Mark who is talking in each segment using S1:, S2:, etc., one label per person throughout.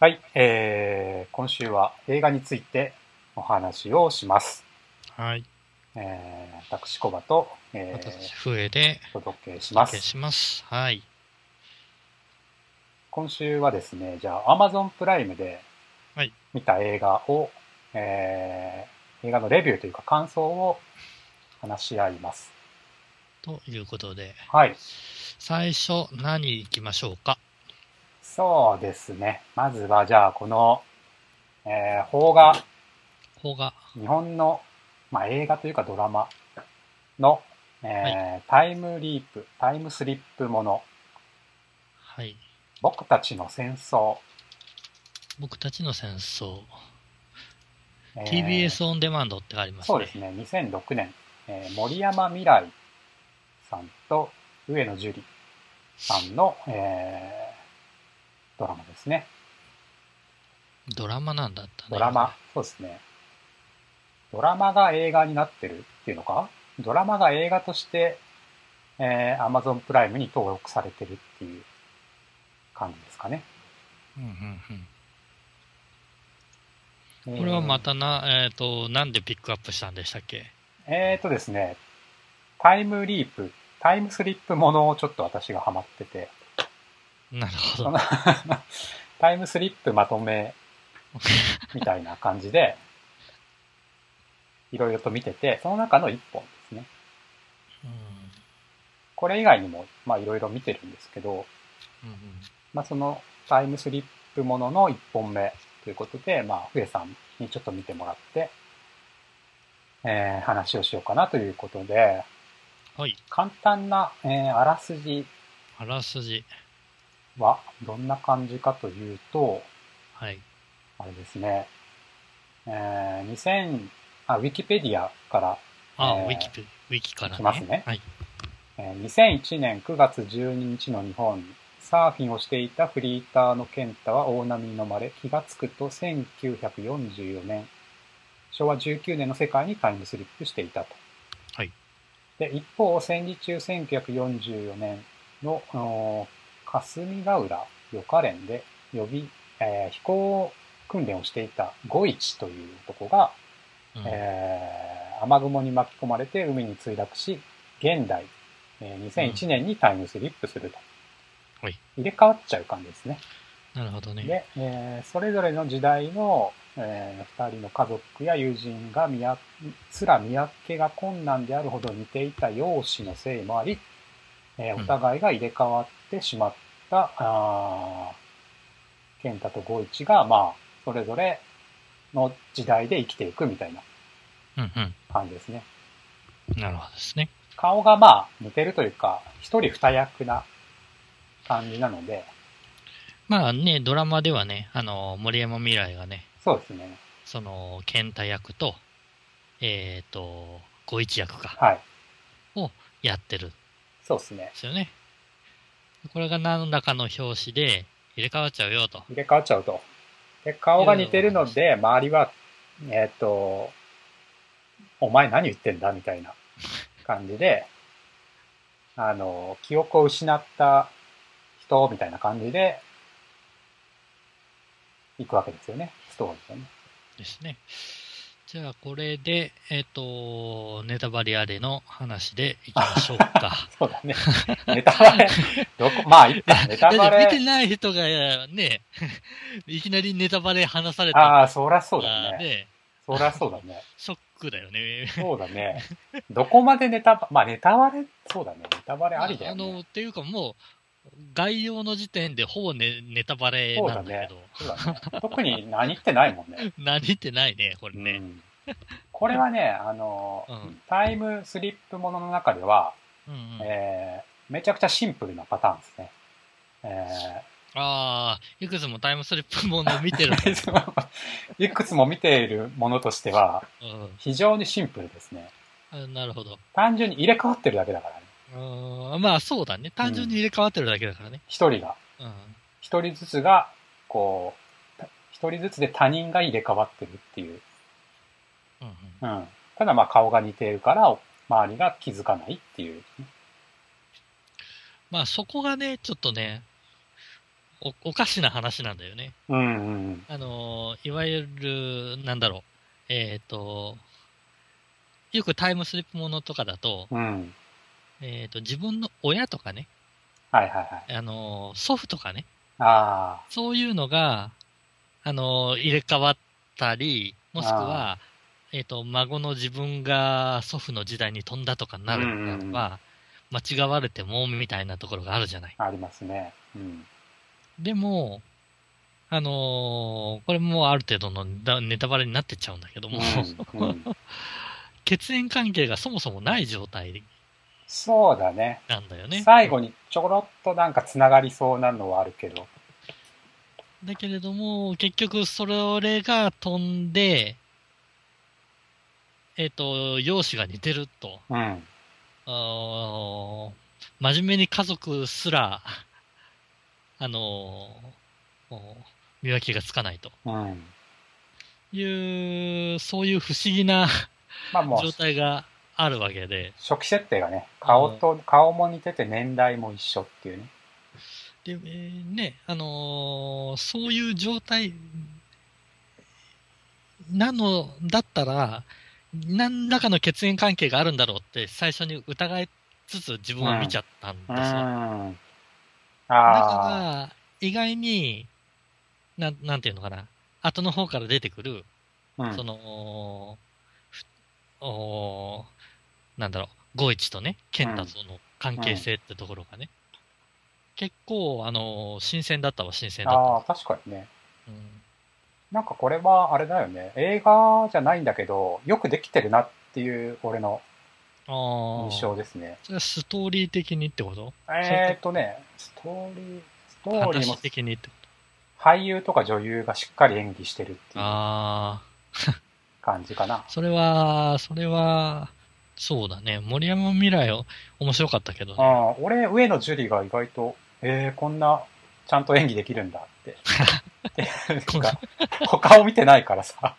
S1: はい、えー、今週は映画についてお話をします。
S2: はい。
S1: えー、私、コバと、え
S2: 私、
S1: ー、
S2: 笛で
S1: お届けし
S2: お
S1: ま
S2: 届け
S1: す。
S2: します。はい。
S1: 今週はですね、じゃあ、Amazon プライムで
S2: はい
S1: 見た映画を、えー、映画のレビューというか感想を話し合います。
S2: ということで、
S1: はい、
S2: 最初、何行きましょうか。
S1: そうですね。まずは、じゃあ、この、えー、邦画、
S2: ここが、
S1: 日本の、まあ、映画というかドラマの、えータイムリープ、タイムスリップもの、
S2: はい。
S1: 僕たちの戦争。
S2: 僕たちの戦争、
S1: えー
S2: TBS オンデマンドってありますね。
S1: そうですね、2006年、えー森山未来さんと上野樹里さんの、えードラマですね。
S2: ドラマなんだったね。
S1: ドラマ。そうですね。ドラマが映画になってるっていうのかドラマが映画として、えー Amazon プライムに登録されてるっていう感じですかね。
S2: うんうんうん。
S1: こ
S2: これはまたな、えっ、と、なんでピックアップしたんでしたっけ
S1: えーとですね、タイムリープ、タイムスリップものをちょっと私がハマってて、
S2: なるほ
S1: そ
S2: ど。
S1: の タイムスリップまとめみたいな感じで、いろいろと見てて、その中の一本ですね。
S2: うん
S1: これ以外にも、まあいろいろ見てるんですけど、
S2: うん
S1: まあそのタイムスリップものの一本目ということで、まあ、ふえさんにちょっと見てもらって、えー話をしようかなということで、
S2: うんはい。
S1: 簡単な、えーあらすじ
S2: あらすじ。
S1: はどんな感じかというと、
S2: はい。
S1: あれですね、えー2000、あ、ウィキペディアから、
S2: あ、
S1: えー
S2: ウィキペ、ウィキからね。
S1: いきますね
S2: はい。
S1: えー2001年9月12日の日本、サーフィンをしていたフリーターの健太は大波に飲まれ、気がつくと1944年、昭和19年の世界にタイムスリップしていたと。
S2: はい
S1: で、一方、戦時中1944年のおー霞ヶ浦予科連で予備、えー飛行訓練をしていた五一という男が、
S2: うん
S1: えー雨雲に巻き込まれて海に墜落し、現代、えー2001年にタイムスリップすると。
S2: はい
S1: 入れ替わっちゃう感じですね。
S2: なるほどね。
S1: で、えーそれぞれの時代の、え2人の家族や友人が見やすら見分けが困難であるほど似ていた容姿のせいもあり、えー
S2: うん
S1: お互いが入れ替わってしまった、あー健太と五一が、まあ、それぞれの時代で生きていくみたいな
S2: うん
S1: 感じですね。
S2: うん。なるほどですね。
S1: 顔がまあ似てるというか、一人二役な感じなので、
S2: まあね、ドラマではね、あの、森山未来がね、
S1: そうですね。
S2: その、健太役と、えっ、と、五一役か、
S1: はい。
S2: やってるんで
S1: そうですね。
S2: すよね。これが何らかの表紙で入れ替わっちゃうよと。
S1: 入れ替わっちゃうと。で、顔が似てるので、周りは、えっ、と、お前何言ってんだみたいな感じで、あの、記憶を失った人みたいな感じで、行くわけですよね。ストーリーでね。
S2: ですね。じゃあ、これで、えっ、と、ネタバレあれの話でいきましょ うか。
S1: そうだね。ネタバレ、どこ、まあ、いっか、ネタバ
S2: だっ
S1: レ
S2: て。見てない人がね、 いきなりネタバレ話された
S1: ああ、 そりゃそうだ
S2: ら
S1: ね。
S2: ね、
S1: そりゃそうだね。
S2: ショックだよね。
S1: そうだね。どこまでネタ バ、まあネタバレ、そうだね。ネタバレありだよ
S2: あの、
S1: ね。
S2: っていうかもう、概要の時点でほぼネネタバレなんだけど、
S1: そうだね。特に何言ってないもんね。
S2: 何ってないね、これ
S1: う
S2: ね。
S1: んこれはね、あの、
S2: うん
S1: タイムスリップものの中では、
S2: うんうん
S1: えーめちゃくちゃシンプルなパターンですね。え
S2: ああ、いくつもタイムスリップもの 見てるもん。
S1: ーいくつも見ているものとしては、
S2: うん
S1: 非常にシンプルですね。
S2: あ、なるほど。
S1: 単純に入れ替わってるだけだからね。
S2: うんまあそうだね。単純に入れ替わってるだけだからね。
S1: 一人が。
S2: うん。
S1: 一人ずつが、こう、た一人ずつで他人が入れ替わってるっていう。
S2: うんうん
S1: うん。ただまあ顔が似ているから、周りが気づかないっていう。
S2: まあそこがね、ちょっとね、おおかしな話なんだよね。
S1: うんうん
S2: あのーいわゆる、なんだろう、えっ、と、よくタイムスリップものとかだと、
S1: うん。うん。
S2: えっ、と、自分の親とかね、
S1: はいはいはい。
S2: あのー祖父とかね、
S1: あ
S2: そういうのが、あのー入れ替わったり、もしくは、えっ、と、孫の自分が祖父の時代に飛んだとかなる
S1: うんうんうん
S2: のは、間違われても、みたいなところがあるじゃない。
S1: あ、ありますね。うん。
S2: でも、あのーこれもある程度のネタネタバレになってっちゃうんだけども、
S1: うんうん
S2: 血縁関係がそもそもない状態
S1: そうだね。
S2: なんだよね。
S1: 最後にちょろっとなんかつながりそうなのはあるけど。
S2: だけれども、結局それが飛んで、えっ、と、容姿が似てると。
S1: うん。
S2: あー真面目に家族すら、あのーもう見分けがつかないと
S1: うん。
S2: いう、そういう不思議な
S1: まあも
S2: 状
S1: う、
S2: 態があるわけで。
S1: 初期設定がね、顔と、顔も似てて年代も一緒っていうね。
S2: で、えーね、あのーそういう状態なのだったら、何らかの血縁関係があるんだろうって最初に疑いつつ自分は見ちゃったんです
S1: う
S2: よ。
S1: ん。
S2: だ
S1: ああ。
S2: から、意外に、なん、なんていうのかな、後の方から出てくる、
S1: うん
S2: その、ふおーなんだろう、ゴイチとね、ケンタとの関係性ってところがね、結構、あのー新鮮だったわ、新鮮だった
S1: あ
S2: わ。
S1: あ、確かにね。
S2: うん
S1: なんかこれはあれだよね。映画じゃないんだけど、よくできてるなっていう俺の
S2: あー
S1: 印象ですね。
S2: それはストーリー的にってこと
S1: えーっとね、ストーリー、ストーリーも
S2: 話的にってこ
S1: 俳優とか女優がしっかり演技してるって
S2: と
S1: いう
S2: あ
S1: 感じかな
S2: あ、。それは、それは、そうだね。森山未来を面白かったけどね、
S1: あー俺、上野樹里が意外と、えー、こんな、ちゃんと演技できるんだって。 って
S2: こん
S1: なんか他を見てないからさ、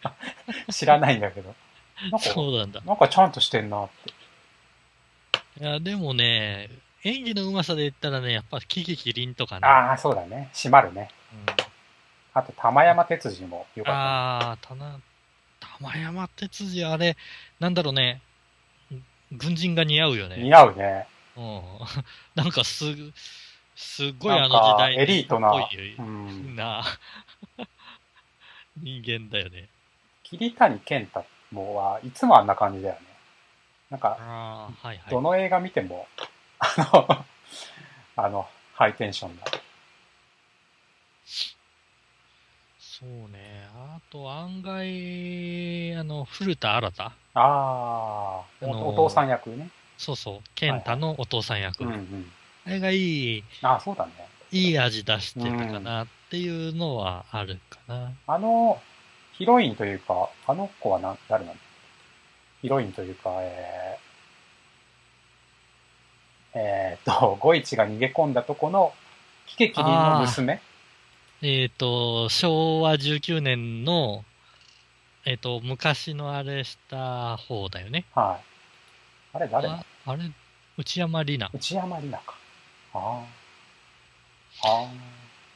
S1: 知らないんだけど。なんか、
S2: そうなんだ。
S1: なんかちゃんとしてんなって。
S2: いや、でもね、演技のうまさで言ったらね、やっぱキキキリンとかね。
S1: ああ、そうだね。閉まるね。
S2: うん
S1: あと、玉山哲司もよかっ
S2: ああ、たな、玉山哲司、あれ、なんだろうね、軍人が似合うよ
S1: た。
S2: ね。
S1: 似合うね。
S2: うん。 なんかす、すっごい
S1: な
S2: あ
S1: ん
S2: の
S1: か
S2: 時代に
S1: エリートな
S2: っぽい
S1: うん。
S2: な 人間だよね。
S1: 桐谷健太もはいつもあんな感じだよね。なんか、
S2: ああ、はいはい。
S1: どの映画見ても、あの、 あの、ハイテンションだ。
S2: そうね。あと、案外、あの、古田新太
S1: ああ、
S2: あのー
S1: おお父さん役ね。
S2: そうそう、健太のお父さん役。
S1: うんうん。
S2: あれがいい、
S1: ああ、そうだね。
S2: いい味出してたかなっていうのはあるかな。
S1: あの、ヒロインというか、あの子はな誰なのヒロインというか、えー、えー、っと、ゴイチが逃げ込んだとこの、キケキリンの娘
S2: えっ、と、昭和19年の、えっ、と、昔のあれした方だよね。
S1: はい。あれ誰なの
S2: ああれ、内山里奈。
S1: 内山里奈か。ああ。ああ。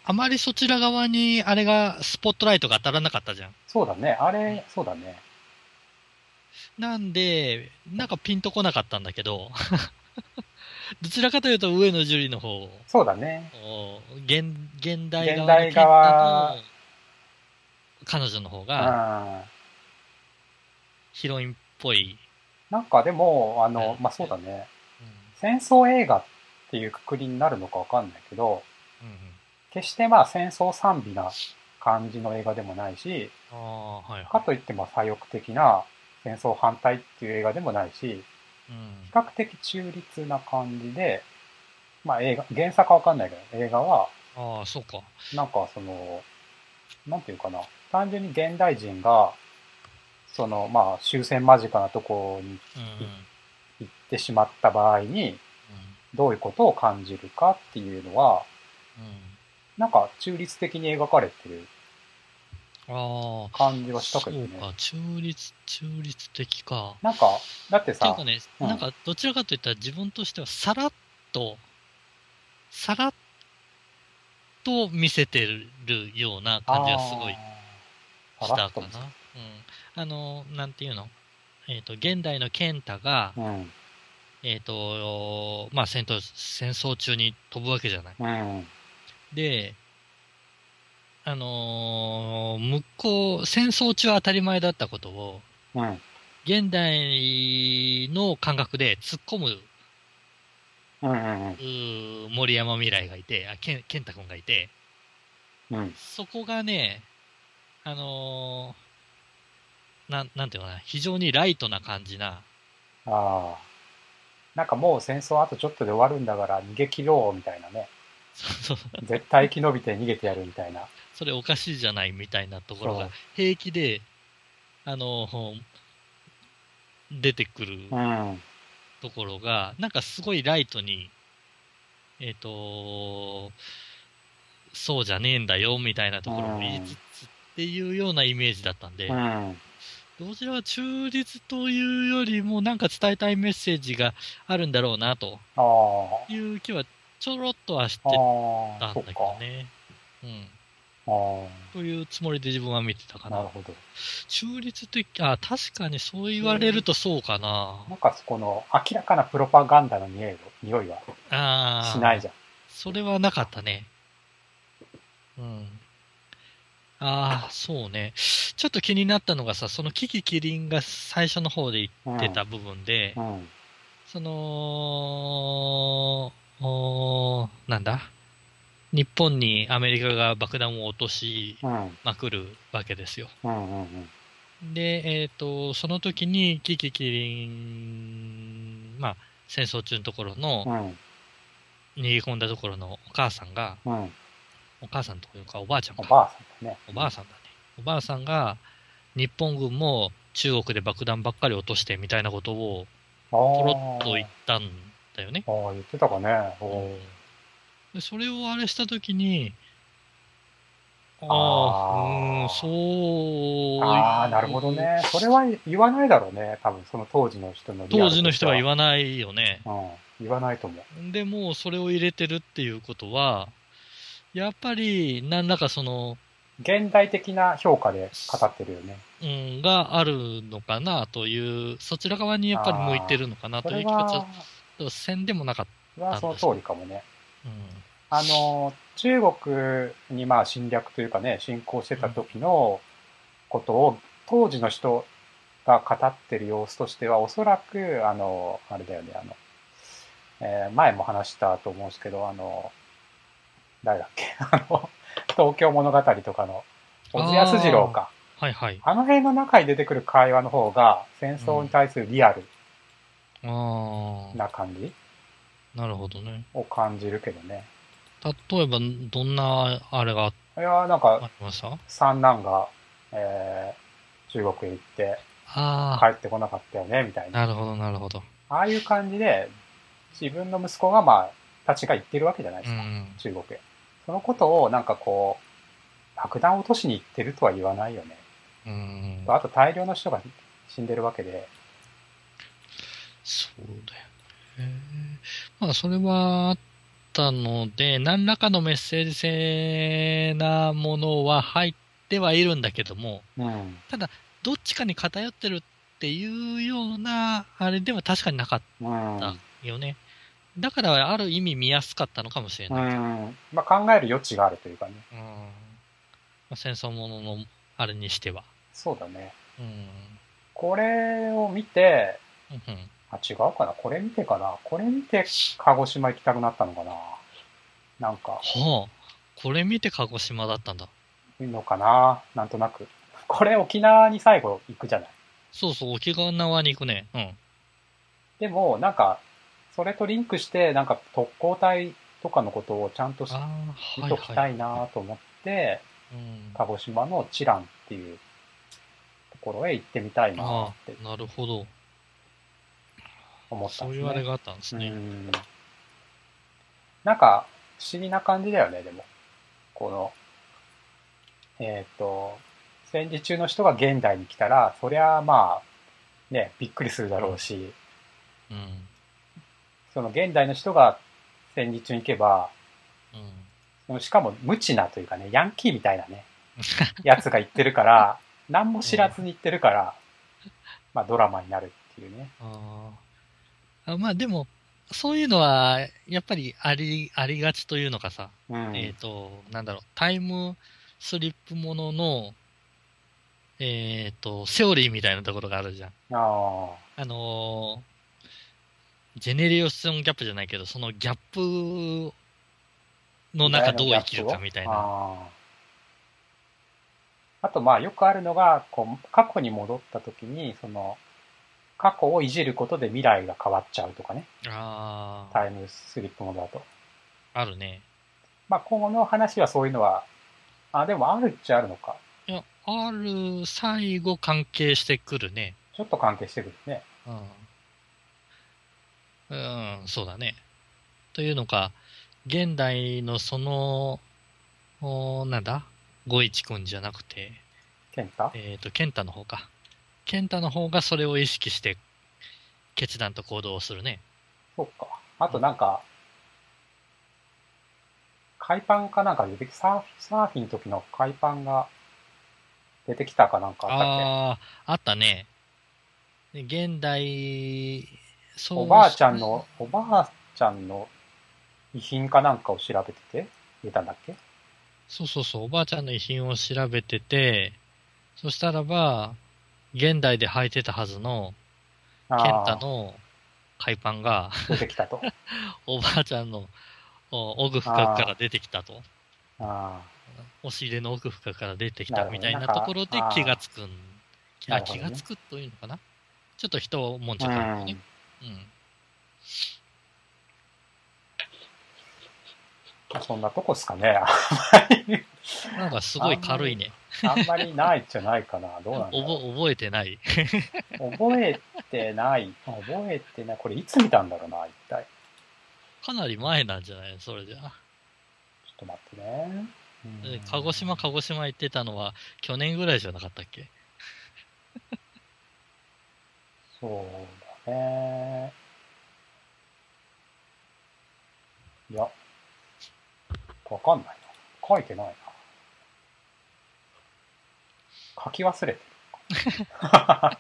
S2: あまりそちら側にあれがスポットライトが当たらなかったじゃん。
S1: そうだね。あれ、そうだね。
S2: なんで、なんかピンとこなかったんだけど、 どちらかというと上野樹里の方、
S1: そうだね。
S2: お現現代側の
S1: 現代側
S2: 健太の彼女の方
S1: うん。
S2: が
S1: な
S2: ヒロインっぽい。
S1: んかでも、あの
S2: う、ん
S1: まあ、そうだね。戦争映画っていうくくりになるのかわかんないけど、
S2: うんうん
S1: 決してまあ戦争賛美な感じの映画でもないし、
S2: ああー、はい
S1: か
S2: はい。
S1: といってまあ左翼的な戦争反対っていう映画でもないし、
S2: うん
S1: 比較的中立な感じで、まあ映画、原作はわかんないけど、映画は
S2: ああ、そうか。
S1: なんかその、なんていうかな、単純に現代人が、そのまあ終戦間近なところに
S2: うんうんうん
S1: 行ってしまった場合に、どういうことを感じるかっていうのは、なんか中立的に描かれてる
S2: うんあ
S1: 感じ
S2: あ、
S1: はした
S2: そ
S1: けど
S2: う
S1: ね。
S2: か、中立、中立的か。
S1: なんか、だって
S2: っていう
S1: さ
S2: か、ね、
S1: うん
S2: なんかどちらかといったら自分としてはさらっと、さらっと見せてるような感じがすごい
S1: あー。
S2: し
S1: さら
S2: た
S1: っ
S2: か
S1: と
S2: な
S1: 見せ。
S2: うん、あの、なんていうのえっ、と、現代の健太が、
S1: うん。
S2: えっ、と、まあ、戦闘、戦争中に飛ぶわけじゃない。
S1: うん。
S2: で、あのー向こう、戦争中は当たり前だったことを、
S1: うん。
S2: 現代の感覚で突っ込む
S1: うん。
S2: うー森山未来がいて、あ、けん健太君がいて、
S1: うん。
S2: そこがね、あのーなん、なんていうのかな、非常にライトな感じな、
S1: ああ。なんかもう戦争あとちょっとで終わるんだから逃げ切ろうみたいなね。
S2: そうそう
S1: 絶対生き延びて逃げてやるみたいな。
S2: それおかしいじゃないみたいなところ
S1: そ
S2: が
S1: う、
S2: 平気で、あのー出てくる
S1: うん。
S2: ところが、なんかすごいライトに、えっ、とそうじゃねえんだよみたいなところも言いつつっていうようなイメージだったんで、
S1: うん。
S2: どちらは中立というよりも、なんか伝えたいメッセージがあるんだろうなと
S1: ああ。
S2: いう気はちょろっとはして
S1: あ
S2: た
S1: あ、
S2: ん
S1: そ
S2: だ
S1: っ
S2: け
S1: か。
S2: どね。うん。
S1: あ
S2: というつもりで自分は見てた
S1: あ、
S2: か
S1: な
S2: な
S1: る。ほど。
S2: 中立というあ、確かにそう言われるとそうかな。
S1: なんかそこの明らかなプロパガンダの匂いを匂いは
S2: ああ。
S1: しないじゃん。
S2: それはなかったね。うん。ああ、そうね。ちょっと気になったのがさ、そのキキキリンが最初の方で
S1: うん
S2: 言ってた部分で、
S1: うん。
S2: その、おーなんだ日本にアメリカが爆弾を落とし
S1: うん。
S2: まくるわけですよ。
S1: うん。うん。
S2: で、えっ、と、その時にキキキリン、まあ、戦争中のところ
S1: う
S2: の、
S1: ん。
S2: 逃げ込んだところのお母さんが、
S1: うん。
S2: お母さんというかおばあちゃん
S1: お
S2: か。
S1: ばあさんだね。
S2: おばあさんだね。おばあさんが、日本軍も中国で爆弾ばっかり落としてみたいなことを、
S1: あー
S2: ポロッと言ったんだよね。
S1: ああ、言ってたかね。お
S2: でそれをあれしたときに、あ
S1: あー
S2: あ、うーん、そう。
S1: ああ、なるほど。ね。それは言わないだろうね。多分その当時の人の
S2: 当時の人は言
S1: わ
S2: わないよね。
S1: うん。言わないと思う。
S2: でも、それを入れてるっていうことは、やっぱり、何らかその、
S1: 現代的な評価で語ってるよね。
S2: うん、があるのかなという、そちら側にやっぱり向いてるのかな
S1: そ
S2: という
S1: れ
S2: 気がちょっ
S1: は
S2: と、せんでもなかっ
S1: それはその通りかもね。
S2: た。うん。
S1: あの、中国にまあ侵略というかね、侵攻してた時のことを当時の人が語ってる様子としては、おそらく、あの、あれだよね、あの、えー前も話したと思うんですけど、あの、誰だっけ、 あの、東京物語とかの、小津安二郎か。
S2: はいはい。
S1: あの辺の中に出てくる会話の方が、戦争に対するリアル
S2: ああ、
S1: な感じ
S2: なるほどね。
S1: を感じるけどね。
S2: 例えば、どんなあれが
S1: いやーなんか
S2: あ、りましたあ
S1: 三男が、えー中国へ行って
S2: あ
S1: 帰ってこなかったよねみたい
S2: ー、
S1: な
S2: なるほど、なるほど。
S1: ああいう感じで自分の息子がまあたちが行ってるわけじゃないで
S2: う
S1: すか、
S2: ん。
S1: 中国へそのことをなんかこう爆弾を落としに行ってるとは言わないよね
S2: うん。
S1: あと大量の人が死んでるわけで
S2: そうだよね。まあ、それはあったので、何らかのメッセージ性なものは入ってはいるんだけども、
S1: うん
S2: どっちかに偏ってるっていうような、あれでは確かになかっ
S1: うん、
S2: たよね。だから、ある意味見やすかったのかもしれ
S1: う
S2: ない。
S1: んまあ、考える余地があるというかね
S2: うんまあ、戦争もののあれにしては。
S1: そうだね
S2: うん。
S1: これを見て
S2: うんうん
S1: あ違うかなこれ見てかなこれ見て鹿児島行きたくなったのかななんか
S2: はあ、これ見て鹿児島だったんだ。
S1: のかななんとなく。これ沖縄に最後行くじゃない。
S2: そうそう、沖縄に行くね。うん。
S1: でも、なんか、それとリンクして、なんか特攻隊とかのことをちゃんと知っ
S2: ああ、はい
S1: とき
S2: は
S1: た
S2: い。
S1: いなと思って、
S2: うん、
S1: 鹿児島のチランっていうところへ行ってみたいな
S2: あ
S1: って
S2: あ、なるほど。
S1: 思った
S2: そ
S1: ん
S2: う
S1: で
S2: い
S1: す
S2: うあれ
S1: ね。
S2: があったんです
S1: う
S2: ね。
S1: ん。なんか、不思議な感じだよね、でも。この、えっ、と、戦時中の人が現代に来たら、そりゃまあ、ね、びっくりするだろうし、
S2: うん。
S1: その現代の人が戦時中に行けば、でもしかも無知なというかね、ヤンキーみたいな ね、やつが言ってるから、何も知らずに言ってるから、まあドラマになるっていうね。
S2: あーあまあでも、そういうのは、やっぱりあり、ありがちというのかさ、
S1: うん。
S2: えっ、と、なんだろう、タイムスリップものの、えっ、と、セオリーみたいなところがあるじゃん。
S1: あ
S2: あのージェネレーションギャップじゃないけど、そのギャップの
S1: あ。
S2: 中どう生きるかみたいな。
S1: あーあとまあよくあるのが、こう、過去に戻った時に、その、過去をいじることで未来が変わっちゃうとかね。
S2: ああ、
S1: タイムスリップものだと。
S2: あるね。
S1: まあこの話はそういうのは、あ、でもあるっちゃあるのか。
S2: いや、ある、最後関係してくるね。
S1: ちょっと関係してくるね。
S2: うん、うん、そうだね。というのか、現代のその、おーなんだ五一くんじゃなくて、
S1: 健太
S2: えっ、と、健太の方か。健太の方がそれを意識して、決断と行動をするね。
S1: そっか。あとなんか、海パンかなんか出てき、サーフサーフィンの時の海パンが出てきたかなんかあったっ
S2: ああー、あったね。で現代、
S1: け
S2: そう
S1: おばあちゃんの、おばあちゃんの遺品かなんかを調べてて、出たんだっけ
S2: そうそうそう、おばあちゃんの遺品を調べてて、そしたらば、現代で履いてたはずの、ケンタ
S1: ああ、
S2: の海パンが、
S1: 出てきたと。
S2: おばあちゃんのお奥深くから出てきたと。
S1: あ
S2: 押し入れの奥深くから出てき
S1: な
S2: た
S1: るほど
S2: み
S1: ね
S2: たいなところで
S1: なんか
S2: 気がつくん。
S1: な
S2: あ、
S1: るほど
S2: 気
S1: ね
S2: がつくというのかなちょっと人をもんじ
S1: あ、
S2: ゃ
S1: う
S2: ったんだよね
S1: ん。。
S2: うん。
S1: そんなとこっすかね。
S2: なんかすごい軽いね。
S1: あんまりないじゃないかな。どうなんだ
S2: おぼ
S1: ろ
S2: 覚えてない。
S1: う。覚えてない。覚えてない。これいつ見たんだろうな、一体。
S2: かなり前なんじゃないそれじゃあ。
S1: ちょっと待ってね。うん
S2: で鹿児島、鹿児島行ってたのは去年ぐらいじゃなかったっけ
S1: そうだね。いや、わかんないな。書いてないな。書き忘れてる。 あ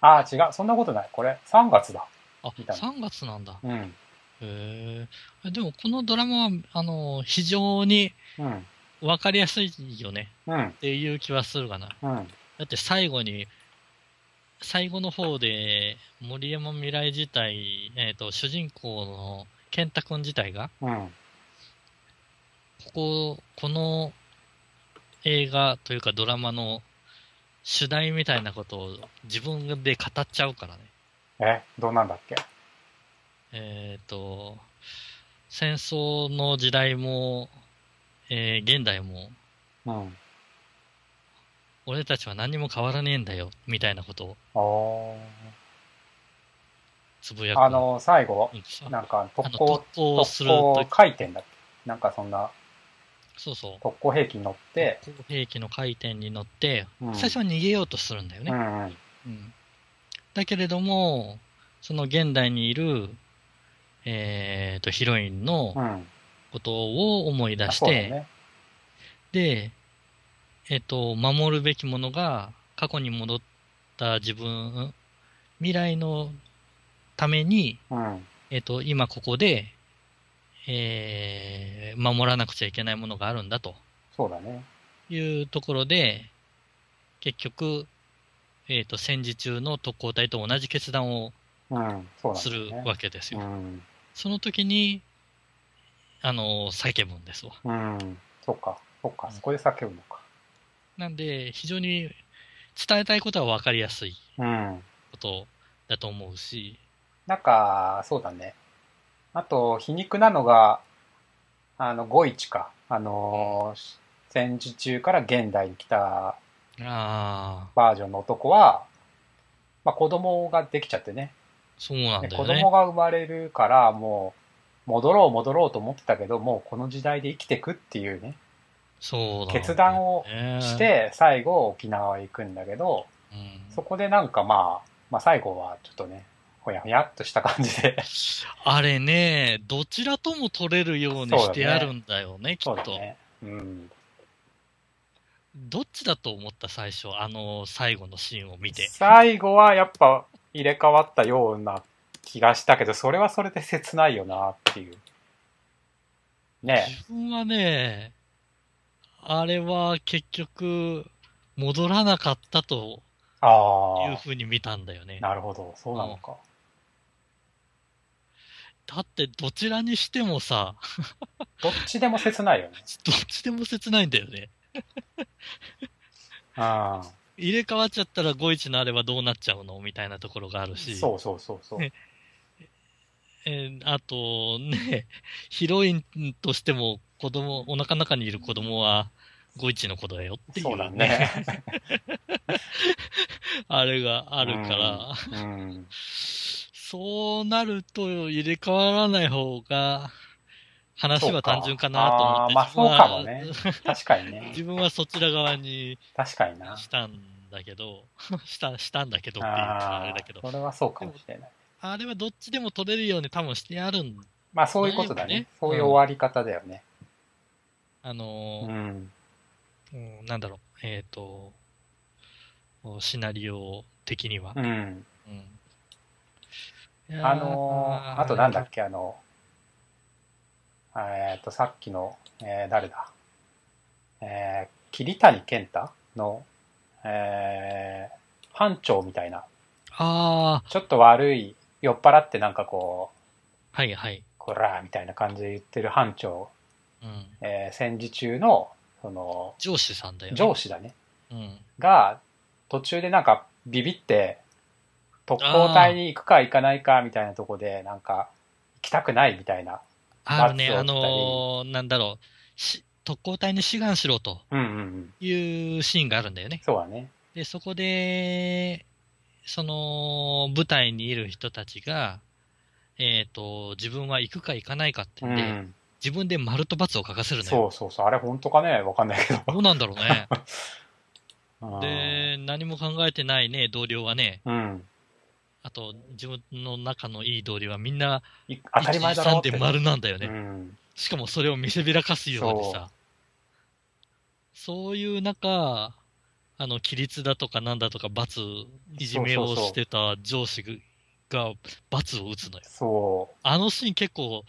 S1: あー、違う。そんなことない。これ、3月だ。
S2: あ、
S1: 見たの
S2: 3月なんだ。
S1: うん。
S2: へえ。でもこのドラマは、あの、非常に
S1: うん。
S2: 分かりやすいよね
S1: うん
S2: っ。ていう気はするかな。
S1: うん。
S2: だって最後に、最後の方で、森山未来自体、えっ、と、主人公の健太君自体が、
S1: うん。
S2: ここ、この映画というかドラマの主題みたいなことを自分で語っちゃうからね。
S1: え、どうなんだっけ
S2: えっ、と、戦争の時代も、えー現代も、
S1: うん。
S2: 俺たちは何も変わらねえんだよ、みたいなことを
S1: おー
S2: つぶやく。
S1: あの、最後
S2: う、ん、そう
S1: なんか
S2: あ
S1: 特
S2: の
S1: 攻
S2: 特、攻す
S1: 特
S2: ると
S1: 攻回転だっけなんかそんな
S2: そうそう。
S1: 特攻兵器に乗って、
S2: 特攻兵器の回転に乗って、
S1: うん
S2: 最初は逃げようとするんだよ
S1: う
S2: ね。
S1: んうん。
S2: うんだけれども、その現代にいる、えっ、と、ヒロインの
S1: うん。
S2: ことを思い出
S1: あ
S2: し
S1: そうだ
S2: て、
S1: ね。
S2: で、えっ、と、守るべきものが過去に戻った自分、未来のために、
S1: うん。
S2: えっ、と、今ここで、えー守らなくちゃいけないものがあるんだと。
S1: そうだね。
S2: いうところで、結局、えっ、と、戦時中の特攻隊と同じ決断を
S1: うん。そうなん
S2: す
S1: だよ
S2: る
S1: ね。
S2: わけですよ。
S1: うん。
S2: その時に、あの、叫ぶんですわ。
S1: うん。そっか。そっか。
S2: うん
S1: そこで叫ぶのか。
S2: なんで、非常に伝えたいことは分かりやすい
S1: うん。
S2: ことだと思うし、
S1: なんか、そうだね。あと、皮肉なのが、あの、五一か。あのー、戦時中から現代に来た
S2: ああ、
S1: バージョンの男は、まあ子供ができちゃってね。
S2: そうなん
S1: で
S2: だ
S1: 子
S2: よね
S1: 供。が生まれるから、もう、戻ろう戻ろうと思ってたけど、もうこの時代で生きてくっていうね、
S2: そうだ、
S1: 決断をし、て、最後沖縄へ行くんだけど、
S2: うん、
S1: そこでなんかまあ、まあ最後はちょっとね、ほやほやっとした感じで。
S2: あれね、どちらとも取れるようにしてあるんだよね、き
S1: そ
S2: っ
S1: うだ
S2: と。
S1: ね。うん。
S2: どっちだと思った最初、あの最後のシーンを見て。
S1: 最後はやっぱ入れ替わったような気がしたけど、それはそれで切ないよなっていう。ね
S2: 自分はね、あれは結局、戻らなかったとい
S1: あ
S2: う
S1: あ。
S2: ふうに見たんだよね。
S1: なるほど。そうなのか。
S2: だってどちらにしてもさ、
S1: どっちでも切ないよね。
S2: どっちでも切ないんだよね。
S1: うん。
S2: 入れ替わっちゃったら5一のあればどうなっちゃうのみたいなところがあるし。
S1: そうそうそうそう。
S2: ねえーあとね、ヒロインとしても子供、お腹の中にいる子供はゴイチの子だよっていう、
S1: そうだね。
S2: あれがあるから、
S1: うん。
S2: そうなると入れ替わらない方が話は単純かなと思っ
S1: そうかあー
S2: て、
S1: まあそうかもね
S2: 自分は
S1: 確かにね。
S2: 自分はそちら側に
S1: 確かにな。
S2: したんだけど、 した、したんだけどっていうかあ
S1: あ
S2: れ
S1: あ
S2: だけど、
S1: ー、それはそうかもしれない。
S2: あれはどっちでも取れるように多分してあるん、
S1: まあそういうことだね。
S2: ね
S1: そういう終わり方だよね。
S2: あのー
S1: うん。
S2: うんなんだろう、えっ、と、シナリオ的には
S1: う。ん。
S2: うん
S1: あのーあとなんだっけ、あの、えっと、さっきの、えー誰だ、えー桐谷健太の、えー班長みたいな、
S2: あ
S1: ちょっと悪い、酔っ払ってなんかこう、
S2: あ、はいはい。
S1: こらーみたいな感じで言ってる班長、
S2: うん、
S1: えー戦時中の、その、
S2: 上司さんだよね。
S1: 上司だね、
S2: うん。
S1: が、途中でなんかビビって、特攻隊に行くか行かないかみたいなとこで、なんか、行きたくないみたいな。
S2: あのね、
S1: 罰を受け
S2: あ
S1: たり
S2: のーなんだろう、し特攻隊に志願しろと
S1: うんうんうん。
S2: いうシーンがあるんだよね。
S1: そうだね。
S2: で、そこで、その、舞台にいる人たちが、えっ、と、自分は行くか行かないかって
S1: う
S2: 言って、
S1: ん。
S2: 自分で丸と×を書かせるの
S1: そ
S2: よ。
S1: うそうそう。あれ本当かねわかんないけど。
S2: どうなんだろうね。
S1: うん、
S2: で、何も考えてないね、同僚はね、
S1: うん。
S2: あと、自分の仲のいい同僚はみんな、
S1: い当たり前だろ
S2: 1
S1: うって。
S2: で丸なんだよね、
S1: うん。
S2: しかもそれを見せびらかすようにさ。そういう中、あの、規律だとかなんだとか罰、いじめ
S1: そ
S2: を
S1: うそうそう
S2: してた上司が罰を打つのよ。
S1: そ
S2: あのシーン結構、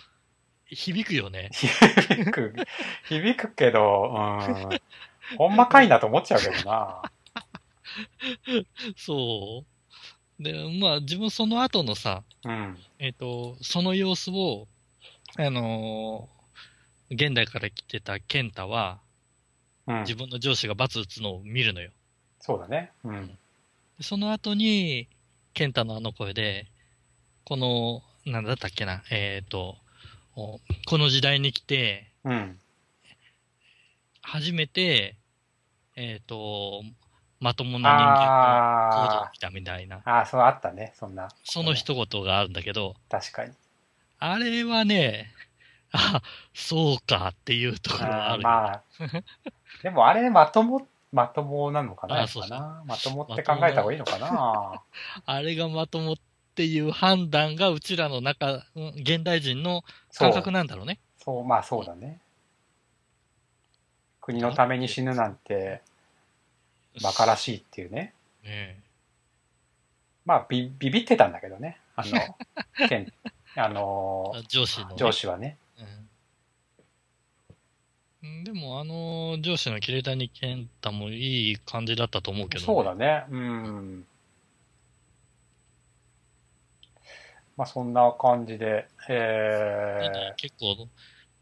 S2: 響くよね
S1: う。。響く、 響くけど、うん。ほんまかいなと思っちゃうけどな。
S2: そう。で、まあ、自分その後のさ、
S1: うん。
S2: えっ、と、その様子を、あのー現代から来てた健太は、
S1: うん
S2: 自。分の上司が罰打つのを見るのよ。
S1: そうだね。うん。
S2: でその後に、健太のあの声で、この、なんだったっけな、えっ、と、おこの時代に来て、
S1: うん。
S2: 初めて、えっ、と、まともな人間と行動
S1: あ
S2: を見たみたいな、
S1: あ。ああ、そうあったね。そんな。
S2: その一言があるんだけど、
S1: 確かに。
S2: あれはね、あ、そうかっていうところはあ
S1: あ
S2: る
S1: ー
S2: よ。
S1: まあ。 でもあれ、まとも、まともなのかな
S2: あ
S1: やっ
S2: ーそう
S1: ぱ
S2: そう
S1: な。まともって考えた方がいいのかな。
S2: あれがまともっていう判断がうちらの中、うん現代人の
S1: そう
S2: 感覚なんだろうね。
S1: そう、まあそうだね。国のために死ぬなんて、馬鹿らしいっていうね。
S2: ね
S1: まあ、ビビビってたんだけどね。あ の、県、あの
S2: え、上司のね、
S1: 上司はね。
S2: うんうん。でも、あの、上司の桐谷健太もいい感じだったと思うけど、
S1: そうだね。うん。まあそんな感じで、えー、
S2: 結構、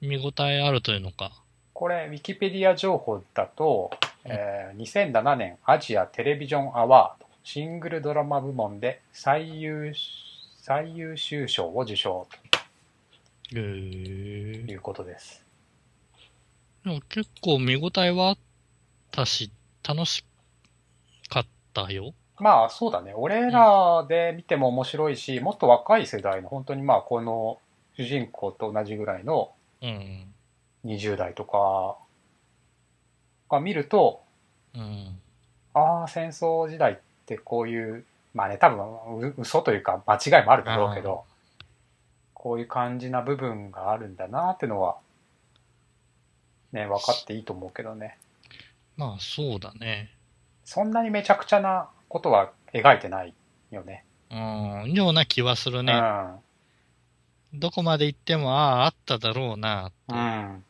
S2: 見応えあるというのか。
S1: これ、ウィキペディア情報だと、えー2007年アジアテレビジョンアワードシングルドラマ部門で最優最優秀賞を受賞
S2: へ
S1: とい
S2: え。
S1: うことです。
S2: でも結構見応えはあったし、楽しかったよ。
S1: まあそうだね、俺らで見ても面白いし、もっと若い世代の、本当にまあこの主人公と同じぐらいの
S2: うん。
S1: 20代とかが見ると、
S2: うん。
S1: ああ、戦争時代ってこういうまあね、多分、う嘘というか間違いもあるだろうけど、こういう感じな部分があるんだなってのは、ね、分かっていいと思うけどね。
S2: まあ、そうだね。
S1: そんなにめちゃくちゃなことは描いてないよね。
S2: うん、ような気はする
S1: う
S2: ね。
S1: ん。
S2: どこまで行っても、ああ、あっただろうな、
S1: うん。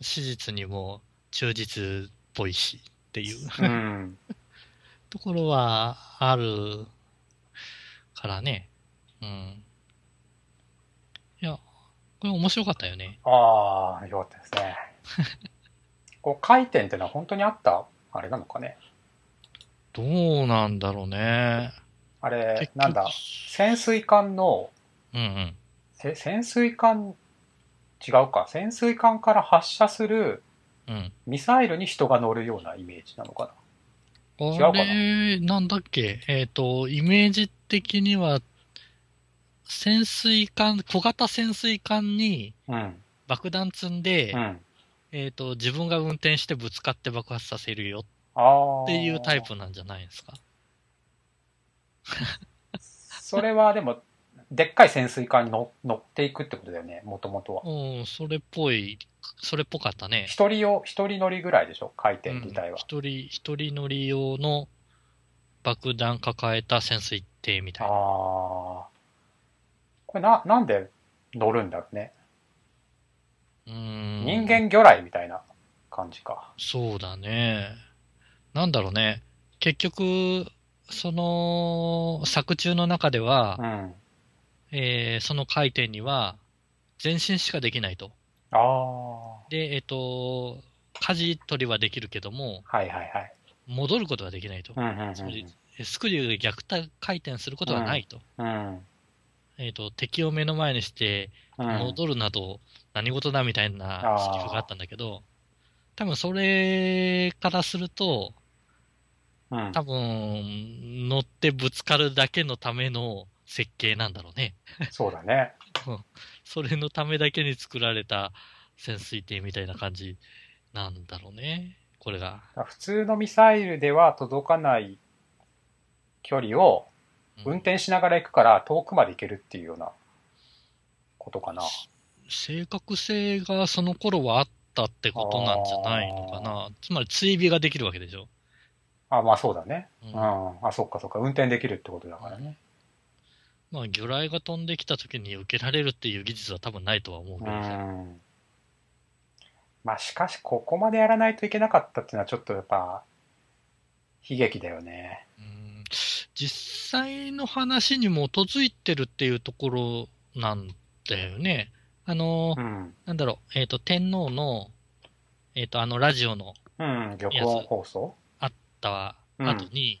S2: 史実にも忠実っぽいしっていう
S1: うん。
S2: ところはあるからね。うん。いや、これ面白かったよね。
S1: ああ、よかったです ね。こう、回転ってのは本当にあった、あれなのかね。
S2: どうなんだろうね。
S1: あれ
S2: 結、局
S1: なんだ、潜水艦の、
S2: うんうん。
S1: せ潜水艦、違うか、潜水艦から発射する
S2: うん。
S1: ミサイルに人が乗るようなイメージなのか
S2: あ
S1: うかな
S2: れ、なんだっけえっ、と、イメージ的には、潜水艦、小型潜水艦に
S1: な。うん。
S2: 爆弾積んで、
S1: うん。
S2: えっ、と、自分が運転してぶつかって爆発させるよ
S1: ああ。
S2: っていうタイ。プなんじゃないですか。
S1: それはでも、でっかい潜水艦に乗乗っていくってことだよね、もともとは。
S2: うん、それっぽい、それっぽかったね。
S1: 一人用、一人乗りぐらいでしょ、回転
S2: うん
S1: 自体は。
S2: 一人、一人乗り用の爆弾抱えた潜水艇みたいな。
S1: ああ。これな、なんで乗るんだろうね。
S2: うん。
S1: 人間魚雷みたいな感じか。
S2: そうだね。なんだろうね。結局、その、作中の中では
S1: う、ん。
S2: えーその回転には、前進しかできないと。
S1: ああ。は
S2: で、えっ、と、舵取りはできるけど
S1: い
S2: も、
S1: はいはい。
S2: 戻ることはできないと
S1: う。んうん
S2: つまりスクリューで逆回転することはないと。
S1: うん。
S2: えっ、と、敵を目の前にして、
S1: うん。うん。
S2: 戻るなど、何事だみたいなスキルがあったんだけど、多分それからすると、
S1: うん
S2: 多分、乗ってぶつかるだけのための設計なんだろうね。
S1: そうだね。
S2: それのためだけに作られた潜水艇みたいな感じなんだろうね。これが。
S1: 普通のミサイルでは届かない距離を
S2: うん
S1: 運転しながら行くから遠くまで行けるっていうようなことかな。
S2: 正確性がその頃はあったってことなんじゃないのかな。つまり追尾ができるわけでしょ。
S1: あ、まあそうだね。
S2: うん
S1: うん。あ、そっかそっか。運転できるってことだからね。
S2: まあ、魚雷が飛んできた時に受けられるっていう技術は多分ないとは思う
S1: う
S2: けどさ
S1: ん。まあしかし、ここまでやらないといけなかったっていうのはちょっとやっぱ、悲劇だよね。
S2: うん実際の話に基づいてるっていうところなんだよね。あの、
S1: うん。
S2: なんだろう、えっ、と、天皇の、えっ、と、あの、ラジオの
S1: うん。玉音放送
S2: あった
S1: うん
S2: 後に、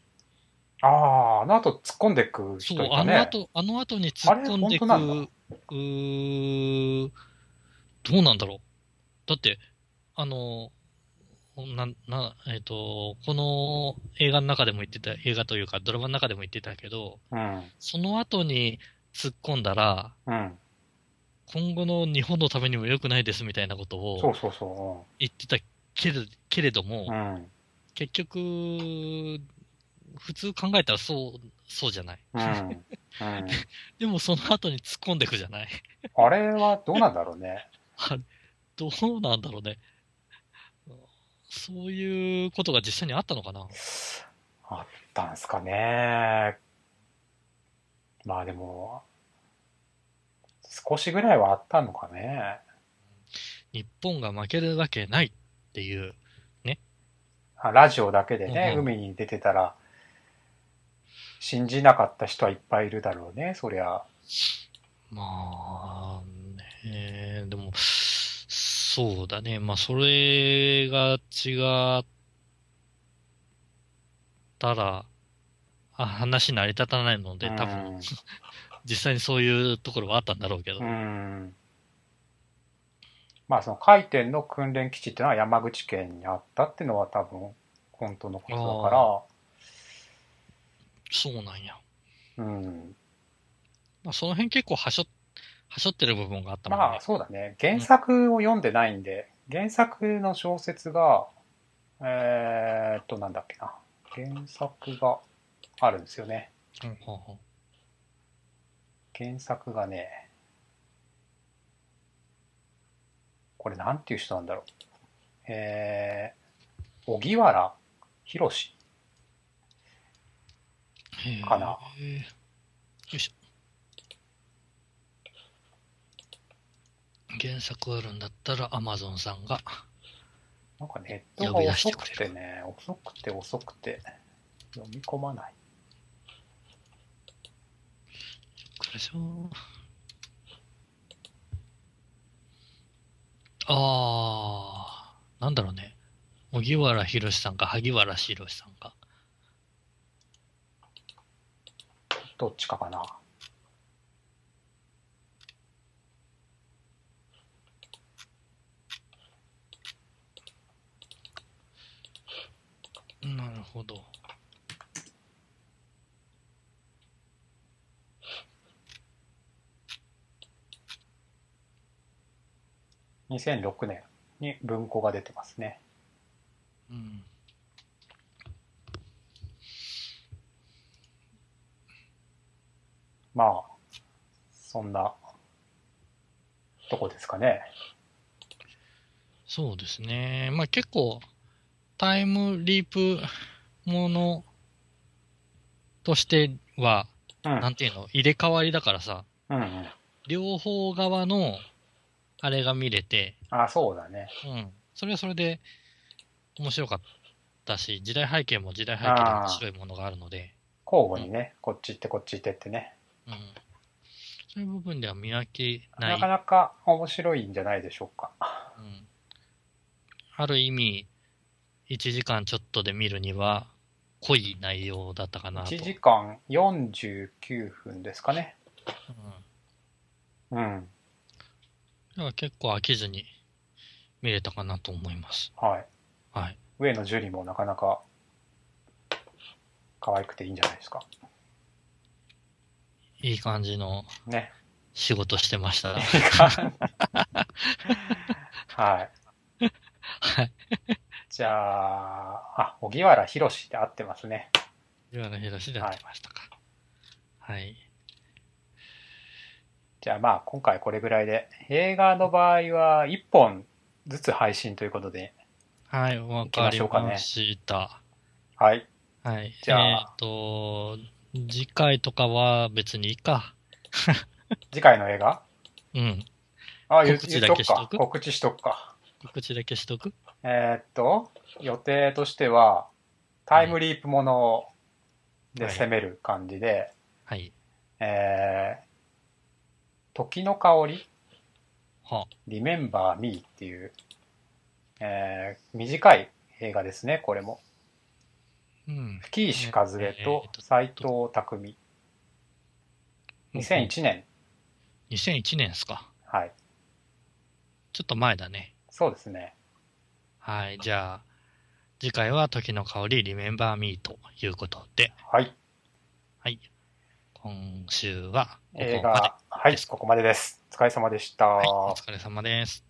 S1: ああ、あの後突っ込んでく人
S2: そう、
S1: い
S2: あ
S1: た
S2: の
S1: ね。
S2: 後、あの後に突っ込んでいく、
S1: あれ本
S2: うーどうなんだろう。だって、あの、な、な、えっ、と、この映画の中でも言ってた、映画というかドラマの中でも言ってたけど、
S1: うん。
S2: その後に突っ込んだら、
S1: うん。
S2: 今後の日本のためにも良くないですみたいなこと
S1: そ
S2: を
S1: うそうそ
S2: 言ってたけれけれども、
S1: う。うん。
S2: 結局、普通考えたらそう、そうじゃない。
S1: うん。うん。
S2: でもその後に突っ込んでいくじゃない。
S1: あれはどうなんだろうね。
S2: あれどうなんだろうね。そういうことが実際にあったのかな。
S1: ったんすかね。まあでも、少しぐらいはあったのかね。
S2: 日本が負けるわけないっていう。
S1: あラジオだけでね、
S2: うんうん
S1: 海に出てたら、信じなかった人はいっぱいいるだろうね、そりゃ。
S2: まあ、ねでも、そうだね。まあ、それが違ったら、あ話成り立たないので、多分、実際にそういうところはあったんだろうけど。
S1: うん。うんまあその回転の訓練基地っていうのは山口県にあったっていうのは多分本当のことだか
S2: そうなんや。
S1: ら、うん。
S2: まあ、その辺結構はしょ、はしょってる部分があったもんね。
S1: まあそうだね原作を読んでないんで、原作の小説がえー、っとなんだっけな原作があるんですよね
S2: はあはあ
S1: 原作がね、これなんていう人なんだろう。えー、荻原博士。
S2: へえ
S1: かな。
S2: よいしょ。原作あるんだったら、アマゾンさんが。
S1: なんかネットが遅くてね、遅くて遅くて、読み込まない。
S2: これしょ。あー、なんだろうね。荻原博さんか、萩原博さんか。
S1: どっちかかな。
S2: なるほど。
S1: 2006年に文庫が出てますね。
S2: うん。
S1: まあ、そんな、とこですかね。
S2: そうですね。まあ結構、タイムリープものとしては、
S1: うん。
S2: なんていうの、入れ替わりだからさ、
S1: うんうん。
S2: 両方側の、あれが見れて、
S1: あ、そうだね。
S2: うん。それはそれで、面白かったし、時代背景も時代背景で面白いものがあるので、
S1: 交互にね、こっち行ってこっち行ってってね。
S2: うん。そういう部分では見分けない。
S1: なかなか面白いんじゃないでしょうか。
S2: うん。ある意味、1時間ちょっとで見るには、濃い内容だったかなと。
S1: 1時間49分ですかね。
S2: うん
S1: うん。
S2: では結構飽きずに見れたかなと思います。
S1: はい。
S2: はい。
S1: 上野樹里もなかなか可愛くていいんじゃないですか。
S2: いい感じの
S1: ね。
S2: 仕事してました。
S1: はい。
S2: はい。
S1: じゃあ、あ、荻原博士って合ってますね。
S2: 岩野博士でやってましたか。はい。
S1: じゃあまあ今回これぐらいで、映画の場合は1本ずつ配信ということで、
S2: はい、わかりました。
S1: はい。
S2: はい。
S1: じゃあ
S2: えっ、と、次回とかは別にいいか。
S1: 次回の映画
S2: うん。
S1: あ、言う
S2: 告
S1: 言
S2: 知
S1: っ
S2: だ
S1: と
S2: け
S1: く
S2: しと
S1: か。告知しと
S2: く
S1: くか。
S2: 告知だけしとく
S1: えーっと、予定としては、タイムリープもので攻める感じで、
S2: はい。
S1: えー、時の香り
S2: は
S1: Remember Me っていう、えー短い映画ですね、これも。
S2: うん。
S1: 吹石和恵と斎藤匠。2001年。
S2: 2001年ですか。
S1: はい。
S2: ちょっと前だね。
S1: そうですね。
S2: はい。じゃあ、次回は時の香り、リメンバーミーということで。
S1: はい。
S2: はい。今週はここまで
S1: 映画、はい、ここまでです。お疲れ様でした。
S2: はい、お疲れ様です。